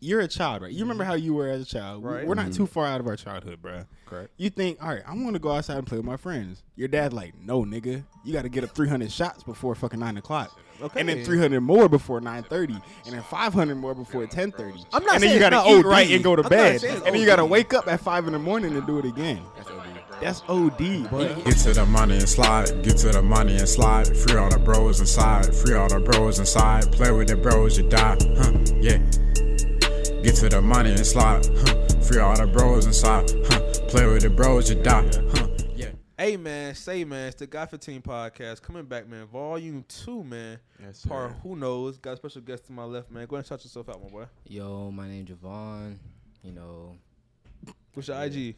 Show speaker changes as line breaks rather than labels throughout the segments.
you're a child, right? You remember how you were as a child.
Mm-hmm. Right.
Right. We're not too far out of our childhood, bro.
Correct.
You think, all right, I'm going to go outside and play with my friends. Your dad's like, no, nigga, you got to get up 300 shots before fucking nine o'clock, and then
Okay.
300 more before 9:30, and then 500 more before 10:30.
I'm not
And then
saying
you gotta
it's not
eat
OD.
right and go to
I'm not
bed,
saying
and
it's
then you
OD.
gotta wake up at five in the morning and do it again. That's OD. bro.
Get to the money and slide, get to the money and slide. Free all the bros inside, free all the bros inside. Play with the bros, you die, huh? Yeah. Get to the money and slide, huh? Free all the bros inside, huh? Play with the bros, you die, huh? Yeah.
Hey man, say man, it's the Got 15 podcast coming back, man. Volume two, man.
Yes,
Part
sir.
who knows? Got a special guest to my left, man. Go ahead and shout yourself out, my boy.
Yo, my name Javon. You know,
What's your IG? You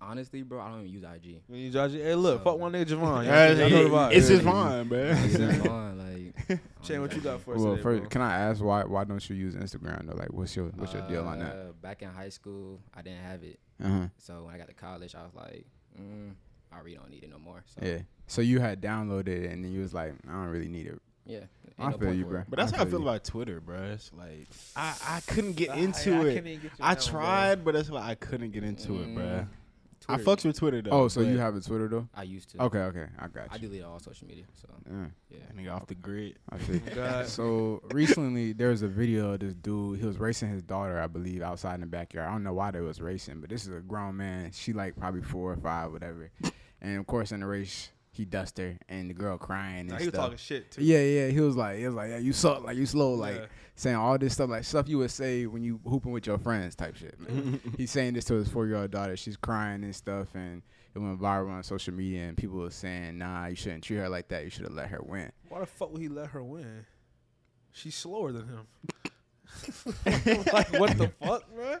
honestly, bro, I don't even use IG.
need your IG? Hey, look, fuck one nigga Javon.
Yeah,
Y'all know the vibe.
it's
Yeah.
just fine, man.
It's Javon, like. I don't
Shane, what
use
you got
IG.
for us
Well,
today,
first,
bro?
can I ask why why don't you use Instagram? Though? Like, what's your what's your deal on that?
Uh, Back in high school, I didn't have it,
Uh huh.
so when I got to college, I was like, mm, I really don't need it no more. So,
Yeah. So you had downloaded it and then you was like, I don't really need it.
yeah. ain't
I
no
feel
point
you,
for
bro.
it.
But that's how I feel
you.
about Twitter, bro. It's like I, I couldn't get
I-
into
I couldn't
it.
even get you
I
down, bro.
tried, but that's why I couldn't get into it, bro.
Mm.
I fucks with Twitter though.
Oh, so
but-
you have a Twitter though?
I used to.
Okay, okay, I got
I
you.
deleted all social media. So
Yeah,
yeah.
That nigga off the grid.
I see.
God.
so recently there was a video of this dude. He was racing his daughter, I believe, outside in the backyard. I don't know why they was racing, but this is a grown man. She like probably four or five, whatever. And of course, in the race, he dust her, and the girl crying and
Nah,
stuff.
he was talking shit too.
Yeah, yeah. He was like, he was like, yeah, you suck, like you slow, like
Yeah.
saying all this stuff, like stuff you would say when you hooping with your friends, type shit. man. He's saying this to his four year old daughter. She's crying and stuff, and it went viral on social media, and people were saying, nah, you shouldn't treat her like that. You should have let her win.
Why the fuck would he let her win? She's slower than him. like what the fuck, bro?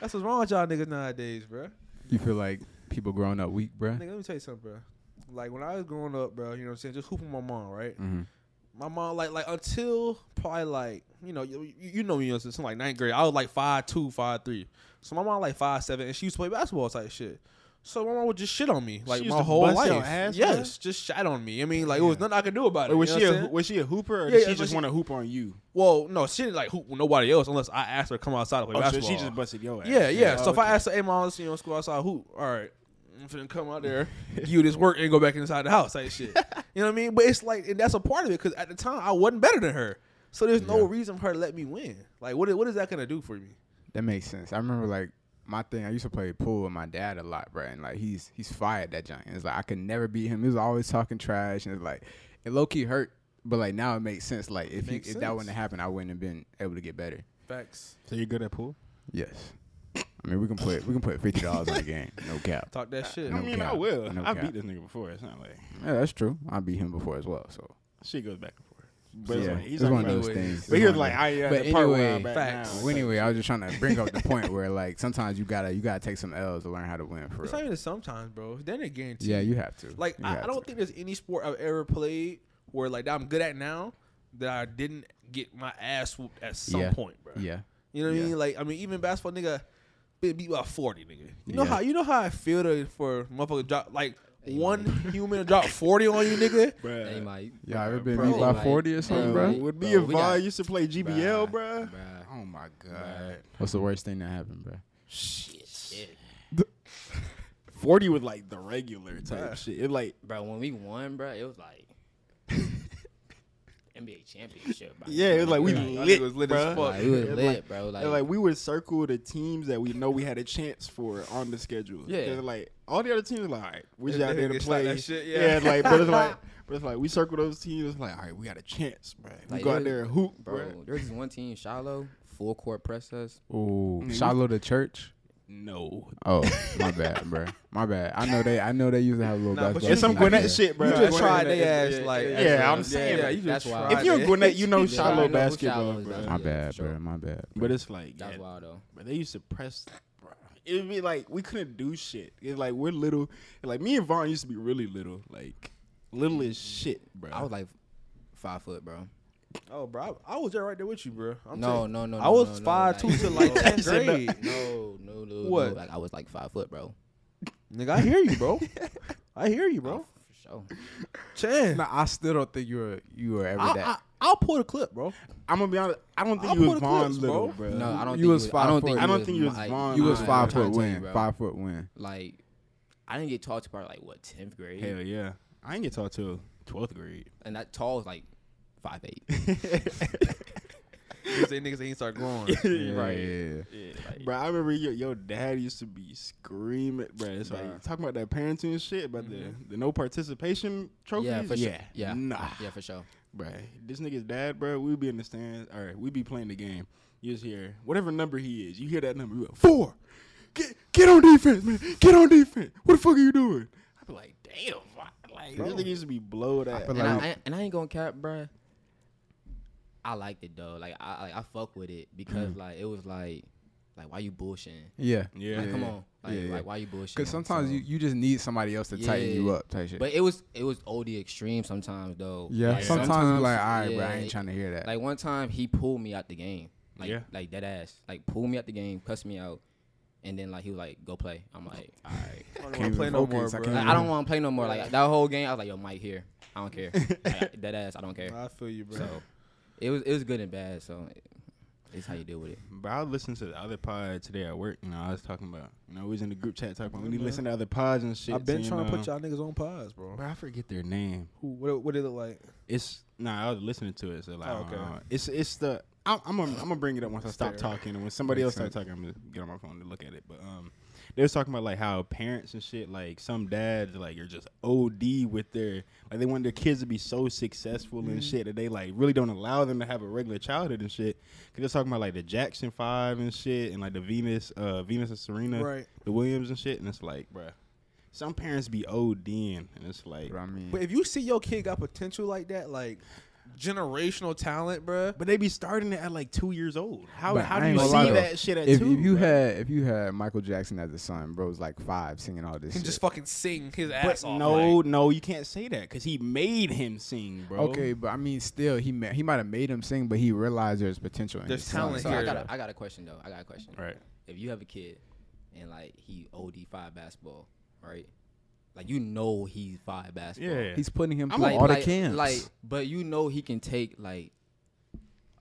That's what's wrong with y'all niggas nowadays, bro.
You feel like people growing up weak, bruh?
Nigga, let me tell you something, bro. Like when I was growing up, bro, you know what I'm saying? Just hooping my mom, right?
Mhm.
My mom, like, like until probably like, you know, you, you you know me, you know, since like ninth grade, I was like five two, five three. So my mom like five seven, and she used to pley basketball type shit. So my mom would just shit on me like
used
my
to
whole
bust
life.
your ass, bro?
yes, just shat on me. I mean, like it was nothing I could do about it.
Wait, was
you know
she
what
a
I'm saying?
was she a hooper or
Yeah,
did
yeah,
she
but
just
she-
want to hoop on you?
Well, no, she didn't like hoop with nobody else unless I asked her to come outside to play
Oh, so
basketball.
she just busted your ass.
yeah, yeah. so if I
okay.
asked her, hey, mom, let's, you know, school outside, hoop. All right, I'm finna come out there, give you this work, and go back inside the house, like shit. you know what I mean? But it's like, and that's a part of it because at the time I wasn't better than her, so there's no reason for her to let me win. Like, what is, what is that gonna do for me?
That makes sense. I remember like my thing. I used to play pool with my dad a lot, bro. And like he's he's fired that giant. It's like I could never beat him. He was always talking trash, and it's like it low key hurt. But like now it makes sense. Like if he,
Makes
if that
sense.
wouldn't have happened, I wouldn't have been able to get better.
Facts.
So you're good at pool?
Yes. I mean we can put we can put fifty dollars on the game. No cap.
Talk that shit.
I
No
mean, I
cap.
will.
No
I
cap.
beat this nigga before. It's not like
Yeah, that's true. I beat him before as well. So
she goes back and forth. But it's
yeah,
like, he's
it's
like,
one of those
anyways.
things.
But
It's
he was
one of
like,
those-
I yeah,
But
the part where I'm
anyway,
at
facts.
now.
Well, anyway, I was just trying to bring up the point where like sometimes you gotta you gotta take some L's to learn how to win for
It's
real.
not even sometimes, bro. Then a guarantee.
Yeah, you have to.
Like
You
I, I
have
don't
to.
think there's any sport I've ever played where like that I'm good at now that I didn't get my ass whooped at some
Yeah.
point, bro.
Yeah.
You know what I
Yeah.
mean? Like I mean, even basketball nigga been beat by forty, nigga. You know
Yeah.
how you know how I feel to, for motherfucker drop like one human to drop forty on you, nigga.
Bruh.
Hey, Mike.
Y'all ever been
Bro,
beat by
like,
40 or something,
bro,
bro?
we-
Would be
Bro,
a
we got-
Vaughn used to play GBL, bruh.
Bruh.
Oh my god.
What's the worst thing that happened, bro?
Forty was like the regular type shit. It like
Bro, when we won, bro, it was like NBA championship. Bro.
yeah, it was like we
Yeah.
lit,
was lit
bruh.
as fuck.
Like, we was
It
lit,
was like-
bro. Like,
And, like we would circle the teams that we know we had a chance for on the schedule.
Yeah.
'Cause, like all the other teams, like, all right, we just
They-
out
they
there to
can stop
play.
that shit, yeah.
like, but it's like, but it's like we circle those teams. Like, all right, we got a chance, bro. We
Like,
go
it-
out there and hoop,
bro,
bro.
there was this one team, Shiloh, full court press us.
Ooh, Shiloh the church.
No,
Oh, my bad, bro. My bad. I know they. I know they used to have a little.
Nah, but
basketball
you-
it's some
team out
Gwinnett
there.
shit, bro.
You just tried
Gwinnett-
their
yeah,
ass, like
yeah,
as a-
I'm saying.
yeah,
like,
you just
that's why.
tried
if you're
it.
Gwinnett, you know
Yeah, I
Shiloh
know who
basketball,
Shiloh is,
bro.
that's-
My
Yeah,
bad,
sure.
bro. My bad.
But it's like,
That's
yeah,
wild though.
But they used to press. bruh. It'd be like we couldn't do shit. It's like we're little. Like me and Vaughn used to be really little, like little as shit, bro.
I was like five foot, bro.
Oh, bro, I, I was there right there with you, bro. I'm
no,
telling-
no, no, no.
I was
no, no,
five two
like,
to like
no,
tenth
said no.
grade.
No, no, no.
What?
What? Like I was like five foot, bro.
Nigga, I hear you, bro. I hear you,
Oh,
bro.
for sure.
Chan,
No, I still don't think you were you were ever
I,
that.
I,
I'll pull the clip, bro.
I'm gonna be honest. I don't think
I'll
you
pull
was
the
Von
clips,
Little,
bro.
bro.
No, I don't.
You
think
was
I
five
don't think
foot.
you
I
don't think you was
like-
Von
You was
Nah,
I'm
five
trying
foot
to tell you,
win.
bro.
Five foot win.
Like, I didn't get talked about like what tenth grade,
Hell yeah. I didn't get taught till twelfth grade.
and that tall is like five eight.
Because they niggas ain't start growing.
right. Yeah.
Bro, I remember your, your dad used to be screaming, bro. It's like talking about that parenting shit, about the, the no participation trophies.
yeah, for sure.
Mm-hmm. yeah,
Yeah,
nah,
yeah, for sure.
bro. This nigga's dad, bro. We be in the stands, all right. We be playing the game. You just hear whatever number he is. You hear that number. You go, four. Get get on defense, man. Get on defense. What the fuck are you doing? I be like, damn, why- like this nigga used to be blowed out.
And,
feel Like-
I, and I ain't gonna cap, bruh. I liked it though. Like I, like, I fuck with it
Mm.
because like it was like, like why you bullshitting?
Yeah.
yeah,
Like, come on, like,
Yeah, yeah.
like why you bullshitting?
Because sometimes
So-
you, you just need somebody else to tighten
Yeah.
you up, type shit.
But it was it was OD extreme sometimes though.
yeah.
Like,
Sometimes, you're like, all right, bro, I
yeah,
ain't trying to hear that.
Like one time he pulled me out the game. Like
Yeah.
like that ass. Like pulled me out the game, cussed me out, and then like he was like, go play. I'm like, all right.
I don't
Can't
wanna play
even
no more,
focus. I
bro.
can't
Like, I don't want to play no more. Like that whole game, I was like, yo, Mike here. I don't care. Like, that ass, I don't care.
I feel you, bro.
So it was it was good and bad. So it's how you deal with it.
But I listened to the other pod today at work. You know, I was talking about, you know, we was in the group chat talking about we need to listen to other pods and shit.
I've been
so,
trying to
know.
put y'all niggas on pause, bro.
Bro, I forget their name.
Who? What? What did it like?
It's nah. I was listening to it, so like,
Oh, okay.
okay. It's it's the I'm I'm gonna I'm gonna bring it up once I stop
fair.
talking, and when somebody else
Makes
starts talking, I'm gonna get on my phone to look at it. But um, they was talking about like how parents and shit, like some dads like are just OD with their like they want their kids to be so successful
Mm-hmm.
and shit that they like really don't allow them to have a regular childhood and shit. Cause they're talking about like the Jackson Five and shit, and like the Venus, uh, Venus and Serena,
Right.
the Williams and shit, and it's like, bruh. Some parents be ODing, and it's like,
But I mean,
But if you see your kid got potential like that, like generational talent, bro.
But they be starting it at like two years old. How
But
how
I
do
ain't
you see
gonna lie, though.
that shit at
if,
two?
if you
bro?
had if you had Michael Jackson as a son, bro, was like five singing all this.
Can
shit.
just fucking sing his ass
but
off.
no,
like,
no, you can't say that because he made him sing, bro.
okay, but I mean, still, he ma- he might have made him sing, but he realized there's potential. In
There's
his son.
talent
So
here.
I got a, I got a question though. I got a question.
right.
If you have a kid and like he OD five basketball, right? Like you know he's five basketball.
Yeah.
He's putting him
I'm
through
Like,
all
like,
the camps.
like, but you know he can take like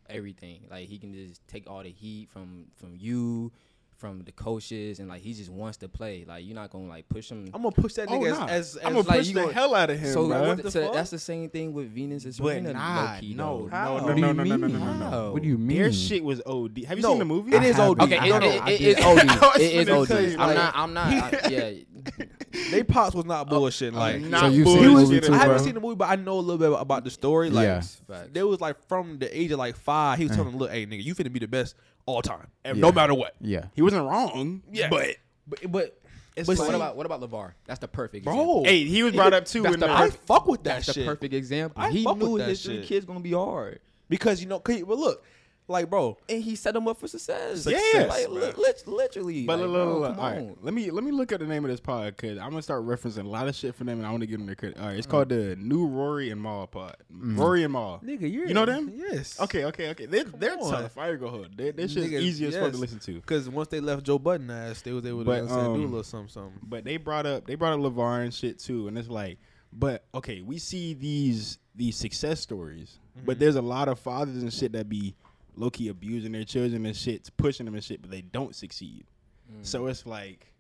everything. Like he can just take all the heat from from you, from the coaches, and like he just wants to play. Like you're not gonna like push him.
I'm gonna push that
Oh,
nigga
nah.
as, as, as
I'm gonna
like,
push
you
the
gonna-
hell out of him,
so
bro.
what
the
so
fuck?
that's the same thing with Venus and
But
Serena.
nah,
low-key,
no, no,
though.
no,
How?
no, no, no, no, no, no, no.
How?
what do you mean?
Their shit was OD. Have you
No,
seen the movie?
it is
I
OD.
have-
Okay,
I
it,
don't know.
it-
I
it
did-
is OD.
I was
It is
finna
OD.
tell you,
I'm
like-
not. I'm not. I, yeah,
They pops was not bullshit. like
not
So you've seen the
bullshitting,
movie too,
I haven't
bro?
seen the movie, but I know a little bit about the story. Like
Yeah.
Facts.
they was like from the age of like five, he was telling them, "Look, hey nigga, you finna be the best all time,
Ever.
no
Mm. Yeah.
matter what."
yeah.
He wasn't wrong.
Yeah.
but
But but,
It's like-
but
But
see,
what about what about Levar? That's the perfect
bro?
example.
hey, he was brought up too.
That's
in
the
the,
I fuck with that
That's the
shit
perfect example.
I
he
fuck with
knew
that
his three
shit.
kids gonna be hard,
because you know. 'cause- But look, like bro,
and he set them up for success.
Success,
like,
bro.
li- lit- literally.
But
like,
look, look,
bro,
look,
come
all right.
on.
let me let me look at the name of this pod because I'm gonna start referencing a lot of shit for them, and I want to give them their credit. All right, it's called the New Rory and Maul pod. Rory and Maul.
nigga, you're
you know them?
Yes.
Okay, okay, okay. They, they're
on.
tough. I ain't gonna hold. They, this shit's easy as fuck to listen to.
Because once they left Joe Budden ass, they was able to
But,
you know what I'm saying,
um,
do a little something, something.
But they brought up they brought up Levar and shit too, and it's like, but okay, we see these these success stories,
Mm-hmm.
but there's a lot of fathers and shit that be low key abusing their children and shit, pushing them and shit, but they don't succeed.
Mm.
So it's like.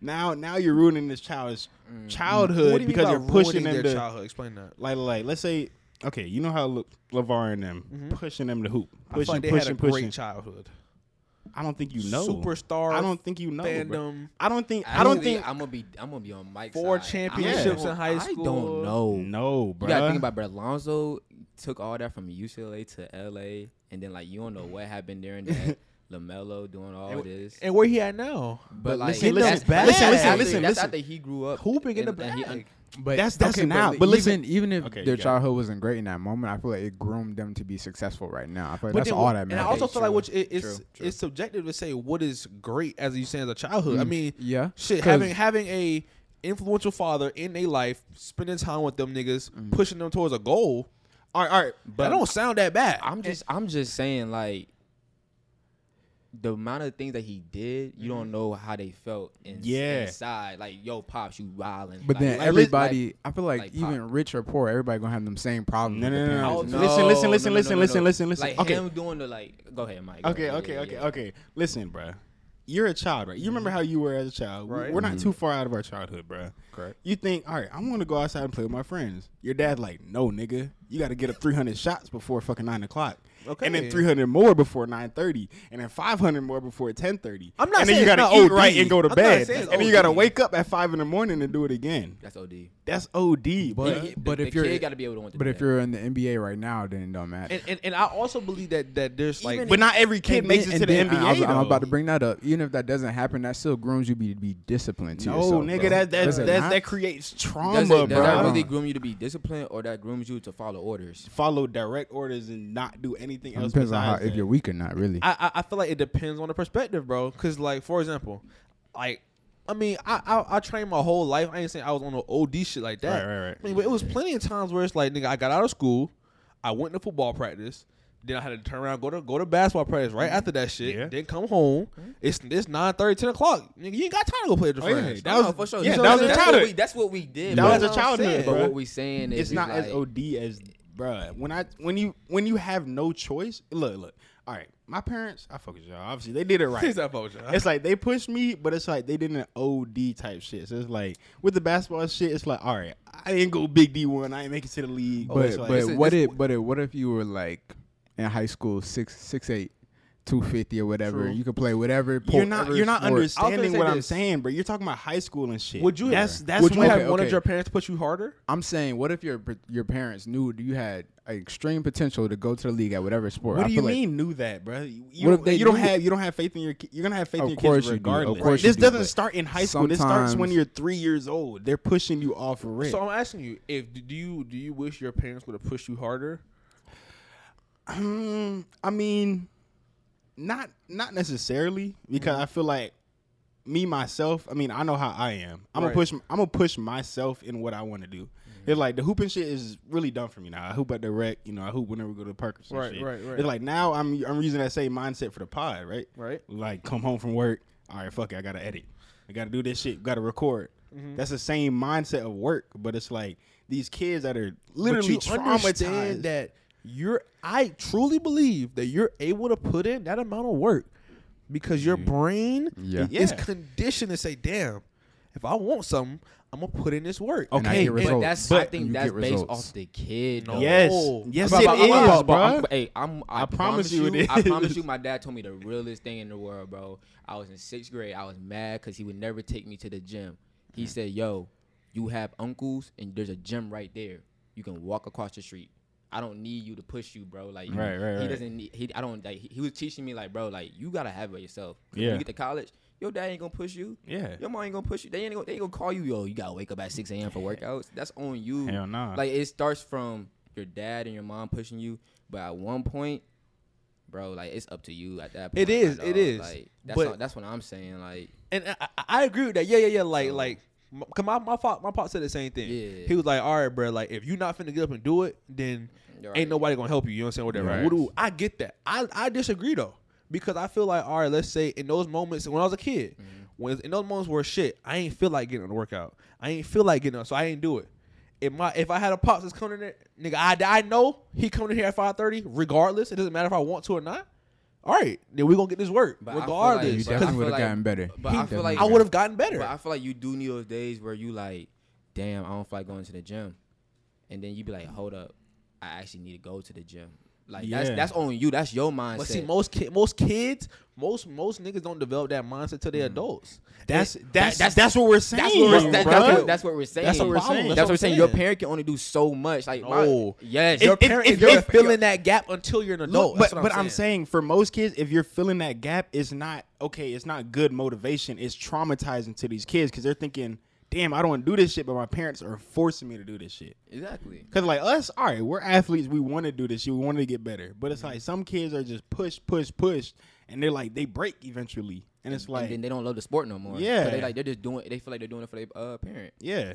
Now, now you're ruining this child's childhood
Mm. What do you mean
because
by
you're pushing
ruining
them
their
to
childhood. Explain that.
like like let's say okay, you know how Le- Levar and them pushing them to hoop,
Mm-hmm. I feel
pushing,
like they
pushing,
had a
pushing.
great childhood.
I don't think you know
Superstar
I don't think you know. Fandom.
Fandom.
I don't think. I don't
Actually,
think.
I'm gonna be. I'm gonna be on Mike's
Four
side.
championships
I
in high
I
school.
don't know.
no,
You
bro.
gotta think about, bro. Lonzo took all that from UCLA to LA, and then like you don't know what happened during that. Lamelo doing all this,
And where he at now?
but like
listen,
that's-
listen, bag.
that's
listen, listen,
after-
listen,
That's
listen.
after he grew up,
Hooping in the
and- and he
bag.
un-
But
That's- that's
okay,
now,
li-
but listen-
even even if
Okay,
their
yeah.
childhood wasn't great in that moment, I feel like it groomed them to be successful right now. I feel like that's
then
all
what-
that
And I
matters.
also
Okay,
feel like
true,
which it, it's
true, true.
it's subjective to say what is great as you say as a childhood. I mean,
yeah,
shit,
'cause-
having having a influential father in their life, spending time with them niggas, pushing them towards a goal. All right, all right, but that don't sound that bad.
I'm just I'm just saying like the amount of things that he did, you don't know how they felt in,
Mm-hmm. Yeah.
inside. Like, yo, pops, you wildin'.
But
Like,
then
like,
everybody,
like-
I feel like,
like
even
pop.
rich or poor, everybody gonna have them same problems.
No,
with
no,
the
no, no.
parents.
Listen, listen, listen, listen, listen, listen, listen.
Like
Okay.
him doing the like. Go ahead, Mike. Go
Okay,
ahead.
okay,
Yeah,
okay,
yeah.
okay. Listen, bruh. You're a child, right? You remember how you were as a child. We-
Mm-hmm. Right. Mm-hmm.
We're not too far out of our childhood, bruh. Correct. You think, all right, I'm going to go outside and play with my friends. Your dad's like, no, nigga. You got to get up 300 shots before fucking 9 o'clock. Okay. And
Okay.
then 300 more before 9.30. And then 500 more before 10.30.
I'm not
And then
saying
you gotta
it's not
eat
OD.
right and go to
I'm not
bed.
saying
And
it's
then you got to
OD.
wake up at 5 in the morning and do it again.
That's OD.
That's OD,
But
The-
but
the
if you're
kid gotta be able to want to
but
do
if
that.
you're in the NBA right now, then it don't matter.
And, and and I also believe that that there's like
But not every kid
And
makes
then-
it to the
and
NBA,
then I was- I'm
though.
about to bring that up. Even if that doesn't happen, that still grooms you be, to be disciplined to
No,
yourself.
nigga,
bro.
that that
Does it
that,
not?
that creates trauma,
does, it, does
bro.
that really groom you to be disciplined, or that grooms you to follow orders?
follow direct orders and not do anything
It
else
depends on how
besides
if
that.
you're weak or not. Really,
I, I I feel like it depends on the perspective, bro. Cause like for example, like I mean I I, I trained my whole life. I ain't saying I was on the OD shit like that.
Right, right, right.
I mean, but it was plenty of times where it's like nigga, I got out of school, I went to football practice. Then I had to turn around, go to go to basketball practice right after that shit.
Mm-hmm. Yeah. Mm-hmm.
Then come home. It's it's 9 10 o'clock. Nigga, you ain't got time to go play with your
Oh, yeah.
friends.
That
No,
was-
no, for sure.
yeah,
So
that was a
that's what
childhood.
we- That's what we did.
That
bro.
was a
That's what I'm
childhood,
saying,
But
bro.
what we saying is
it's not
like,
as OD as bruh. When I when you when you have no choice, look, look. All right, my parents, I fuck with y'all. Obviously, they did it right.
Is that bullshit?
It's like they pushed me, but it's like they did an OD type shit. So it's like with the basketball shit, it's like all right, I didn't go big D one, I didn't make it to the league.
but
it's like,
but
it's-
what if but if, what if you were like in high school six six eight. 250 or whatever you could play whatever
you're not
whatever
you're not
sport.
understanding
say
what I'm
this.
saying, bro. You're talking about high school and shit.
would you
That's
have,
that's
would you
when-
have
okay,
wanted
okay.
your parents to push you harder?
I'm saying, what if your your parents knew you had extreme potential to go to the league at whatever sport?
What
I
do you
feel like-
mean knew that, bro? You, you
What if
don't-
they
you don't
knew
have you don't have faith in your ki- you're gonna have faith
Of
in your
course
kids
you do. Of
regardless.
course you
this
do,
doesn't
but
start in high school. This starts when
sometimes-
you're three years old. They're pushing you off rip.
So I'm asking you, if do you do you wish your parents would have pushed you harder?
Hmm, I mean, not not necessarily because
Mm-hmm.
I feel like me myself. I mean, I know how I am. I'm
Right.
gonna
Mm-hmm.
push. I'm gonna push myself in what I want to do. It's like the hooping shit is really done for me now. I hoop at the rec. You know, I hoop whenever we go to the park or some
Right,
shit.
right, right.
It's like now I'm I'm using that same mindset for the pod. Right,
Right.
Like come home from work. All right, fuck it. I gotta edit. I gotta do this shit. Gotta record.
Mm-hmm.
That's the same mindset of work, but it's like these kids that are literally
but you understand
traumatized.
that you're I truly believe that you're able to put in that amount of work because your brain
Yeah.
is
Yeah.
conditioned to say, "Damn, if I want something, I'm gonna put in this work."
And I
Okay,
get
but
But
results.
that's I
You
think
get
that's based
results.
off the kid. though.
Yes,
Oh.
yes,
But-
it
but-
is,
but- but- but
bruh.
I'm- hey, I'm, I, promise, you,
it
I promise
is.
you, my dad told me the realest thing in the world, bro. I was in sixth grade. I was mad because he would never take me to the gym.
Hmm.
He said, "Yo, you have uncles, and there's a gym right there. You can walk across the street." I don't need you to push you, bro. Like
Right, right,
he
right.
doesn't need. He, I don't. Like, he, he was teaching me, like, bro, like you gotta have it yourself. 'Cause When
Yeah.
you get to college, your dad ain't gonna push you.
Yeah.
Your mom ain't gonna push you. They ain't gonna, they ain't gonna call you. Yo, you gotta wake up at six a.m. for workouts. That's on you.
Hell nah.
Like it starts from your dad and your mom pushing you, but at one point, bro, like it's up to you at that
It
point. my
is, it
dog.
is.
Like that's
But-
all- that's what I'm saying. Like
and I, I- I agree with that. Yeah, yeah, yeah. Like,
So-
like, m- cause my my pop, my pop said the same thing.
Yeah.
He was like, "All right, bro. Like, if you not finna get up and do it, then
You're
ain't
right.
nobody gonna help you." You know what I'm saying? Whatever.
Right.
What do- I get that. I I disagree though, because I feel like, all right, let's say in those moments when I was a kid,
Mm-hmm.
when in those moments where shit, I ain't feel like getting on the workout. I ain't feel like getting up, so I ain't do it. If my if I had a pops that's coming in there, nigga, I, I know he coming in here at five thirty. Regardless, it doesn't matter if I want to or not. All right, then we gonna get this work
but I feel like-
regardless.
but I
You
'Cause
definitely
feel
would've gotten better.
But
He
I feel
definitely
like
I would have gotten better.
But I feel like you do need those days where you like, damn, I don't feel like going to the gym, and then you be like, hold up, I actually need to go to the gym. Like
Yeah.
that's that's on you. That's your mindset.
But see, most ki- most kids, most most niggas don't develop that mindset till they're adults.
That's
And-
that's
that's-
that's, what we're saying.
That's what, we're, that,
bro.
that's, what, that's what we're saying.
That's what we're saying. That's
That's, what
what
we're
I'm
saying. Your
saying.
parent can only do so much. Like,
No.
my, yes,
your
If- if-
parent,
if-
if, you're
if-
filling that gap until you're an adult.
Look, but
that's what
but I'm saying for most kids, if you're filling that gap, it's not okay. It's not good motivation. It's traumatizing to these kids because they're thinking, "Damn, I don't want to do this shit," but my parents are forcing me to do this shit.
exactly.
Cause like us, all right, we're athletes. We want to do this. shit. We want to get better. But it's like some kids are just pushed, pushed, pushed, and they're like they break eventually. And it's
and
like,
then they don't love the sport no more. So
Yeah.
they like they're just doing. They feel like they're doing it for their uh, parent.
yeah,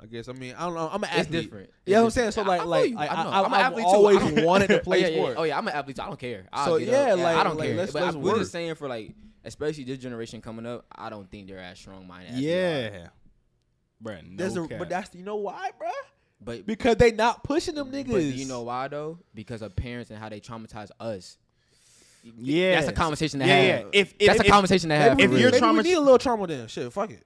I guess. I mean, I don't know. I'm an athlete.
It's different.
Yeah,
It's
I'm saying.
different.
So
I- I
like,
know
like
you.
I,
I know.
I,
I'm an
have
athlete too.
always
I'm a-
wanted to play
oh, yeah,
sport.
Yeah, oh yeah, I'm an athlete. So I don't care. I'll
So,
get
yeah,
up.
like-
I don't
like,
care.
let's-
but
let's
I, we're
work.
just saying for like, especially this generation coming up, I don't think they're as strong minded.
Yeah. Bruh, no
There's a,
cap.
but that's you know why, bruh?
but but
Because they not pushing them niggas.
do you know why though? Because of parents and how they traumatize us.
yeah,
That's a conversation to
Yeah,
have.
yeah. If- if-
that's a
if-
conversation to have.
Maybe,
for
we-
if you're
real.
maybe
trauma-
we need a little trauma then. Shit, fuck it.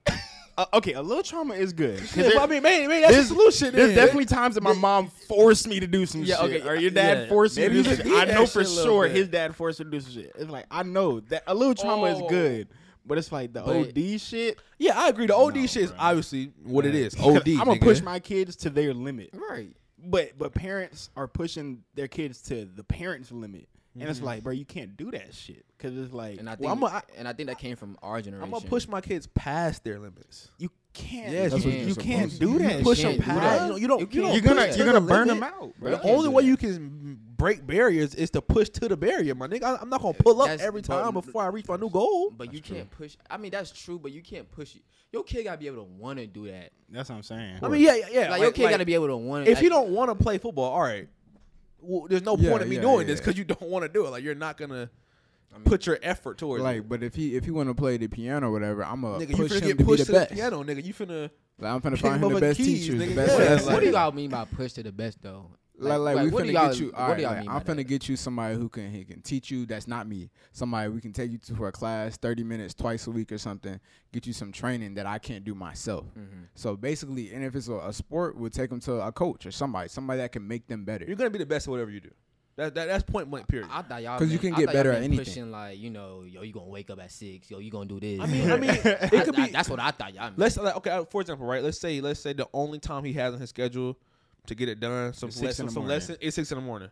Uh, okay, a little trauma is good. 'cause
Yeah,
there-
but I mean, maybe, maybe that's the
there's,
solution.
There's
then.
definitely times that my mom forced me to do some
Yeah,
shit,
okay,
or your dad
yeah.
forced me
Maybe
to
you
do
just
some
need
shit. I
that
know
shit
for
a little
sure
bit.
his dad forced me to do some shit. It's like I know that a little trauma is
Oh.
good, but it's like the
But-
OD shit.
yeah, I agree. The OD
No,
shit is
bruh.
obviously what it is. OD.
I'm gonna
nigga.
push my kids to their limit,
right.
but but parents are pushing their kids to the parents' limit, and it's like, bro, you can't do that shit because it's like
And I think
Well, I'ma- I-
and I think that came from our generation.
I'm gonna push my kids past their limits.
you can't.
Yes,
you,
That's what you're
you can't
supposed
do
to do.
that.
Push
shit,
them
can't do
past.
that.
You, know, you don't.
You
You
can't
don't
You're
push
gonna
push to
you're
the
gonna burn
limit.
them out, bro.
You
The
can't
only
do
way
that.
you can break barriers is to push to the barrier, my nigga. I, I'm not gonna pull up
That's-
every
but-
time before I reach my new goal.
But you can't push. I mean, that's true, but you can't push it. Your kid gotta be able to want to do that.
That's what I'm saying.
I mean, yeah, yeah, yeah.
Like, your kid gotta be able to want.
If you don't want to play football, all right. Well, there's no
Yeah,
point in me
yeah,
doing this
yeah.
because you don't want to do it. Like you're not gonna put your effort towards
Like,
it.
but if he if he want to play the piano or whatever, I'm gonna
Nigga, you
push
finna
him
get
to be
pushed
the
to the
best.
piano, nigga. You finna
Like, I'm finna
Pick
find
him
him
up
the
at
best
keys,
teachers, the
nigga.
best.
Yeah,
lessons.
like-
what do y'all mean by push to the best though?
Like, like, we
what do
finna
y'all-
get you.
what
All right,
do y'all
like,
mean
I'm
by
finna
that?
get you somebody who can he can teach you. That's not me. Somebody we can take you to for a class, 30 minutes twice a week or something. Get you some training that I can't do myself.
Mm-hmm.
So basically, and if it's a, a sport, we'll take them to a coach or somebody, somebody that can make them better.
you're gonna be the best at whatever you do. That, that that's point blank. Period.
I thought y'all
'Cause you
meant-
can
I
get
thought y'all
better at
meant
anything.
Pushing like you know, yo, you gonna wake up at six. Yo, you gonna do this.
I mean, I mean, it
I-
could
I-
be-
that's what I thought y'all. Meant.
let's like, okay. uh, For example, right? Let's say let's say the only time he has on his schedule to get it done, some
It's six in
lesson,
the
some
morning.
lesson, it's six in the morning.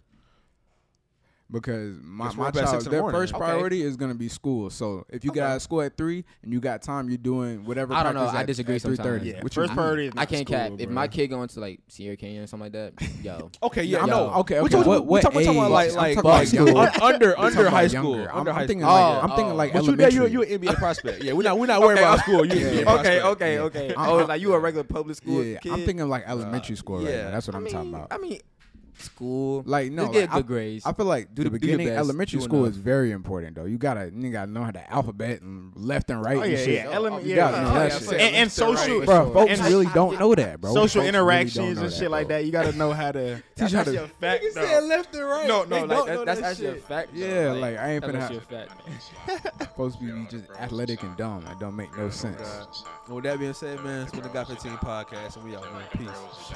Because my,
It's
my
work by
child,
six in the
their
morning.
first
Okay.
priority is gonna be school. So if you got out of school at three and you got time, you're doing whatever.
I don't know.
practice
I
at-
disagree
at 3:30,
sometimes.
Yeah,
which
first
is-
priority is
I
not
can't
school,
cap. If
bro.
my kid going to like Sierra Canyon or something like that, yo,
Okay, yeah,
Yo.
no,
Okay,
We
okay.
talking-
What-
we
what
talking- we talking
age?
about like
I'm
like,
talking
like
about
un- under
I'm
under
talking
high
about
school,
younger.
under
I'm,
high
I'm thinking
school.
like
Oh,
I'm thinking like
But you, yeah,
elementary.
you you an NBA prospect. Yeah, we're not we're not worried about school. You an NBA prospect. Yeah.
okay.
Oh, it's like
you a regular public
yeah, yeah. I'm thinking like elementary school right
yeah.
now. That's what
I
I am
mean,
talking about.
I mean, school.
like no,
just get
like, I,
good grades.
I feel like
Do
the
the- do your
beginning
best,
elementary
do
school
enough.
is very important though. You gotta you gotta know how to alphabet and left and right.
Oh
and
yeah,
shit.
yeah. Element,
You
yeah.
gotta
yeah.
know
yeah,
that
yeah,
shit.
yeah.
And, and social,
Right,
Bro, folks
and
really don't know that, bro. Folks
social
really don't
interactions
know
and
that,
shit
bro.
like that. You gotta know how to
Teach how to
fact.
Nigga said left and right.
no, no,
They
like
don't
that's,
know
that's
that
actually a
shit.
fact. though.
Yeah, like, I ain't
that's
finna
actually
have-
a fact.
supposed to be just athletic and dumb. That don't make no sense.
And with that being said, man, it's been the Got 15 podcast, and we out, man. Peace.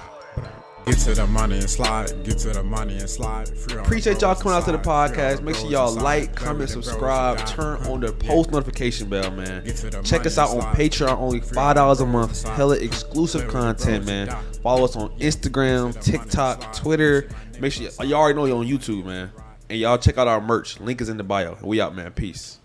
Get to the money and slide. Get to the money and slide. Free on
Appreciate
the
y'all
bros
coming out to the
and slide. Free on
podcast.
the
Make sure
bros
y'all
and slide.
like,
Play
comment,
with the bros
subscribe,
and die.
turn
Huh.
on the
Yeah.
post notification bell, man.
Get to the
Check us out
money
on
and slide.
Patreon, only
Free
five dollars a
on the
month,
bros and
hella
slide.
exclusive
Play with the
content,
bros
man.
and die.
Follow us on
Get
Instagram,
to the money and
TikTok,
slide.
Twitter.
Get my
Make sure
niggas
y'all already know you're on YouTube, man. And y'all check out our merch. Link is in the bio. We out, man. Peace.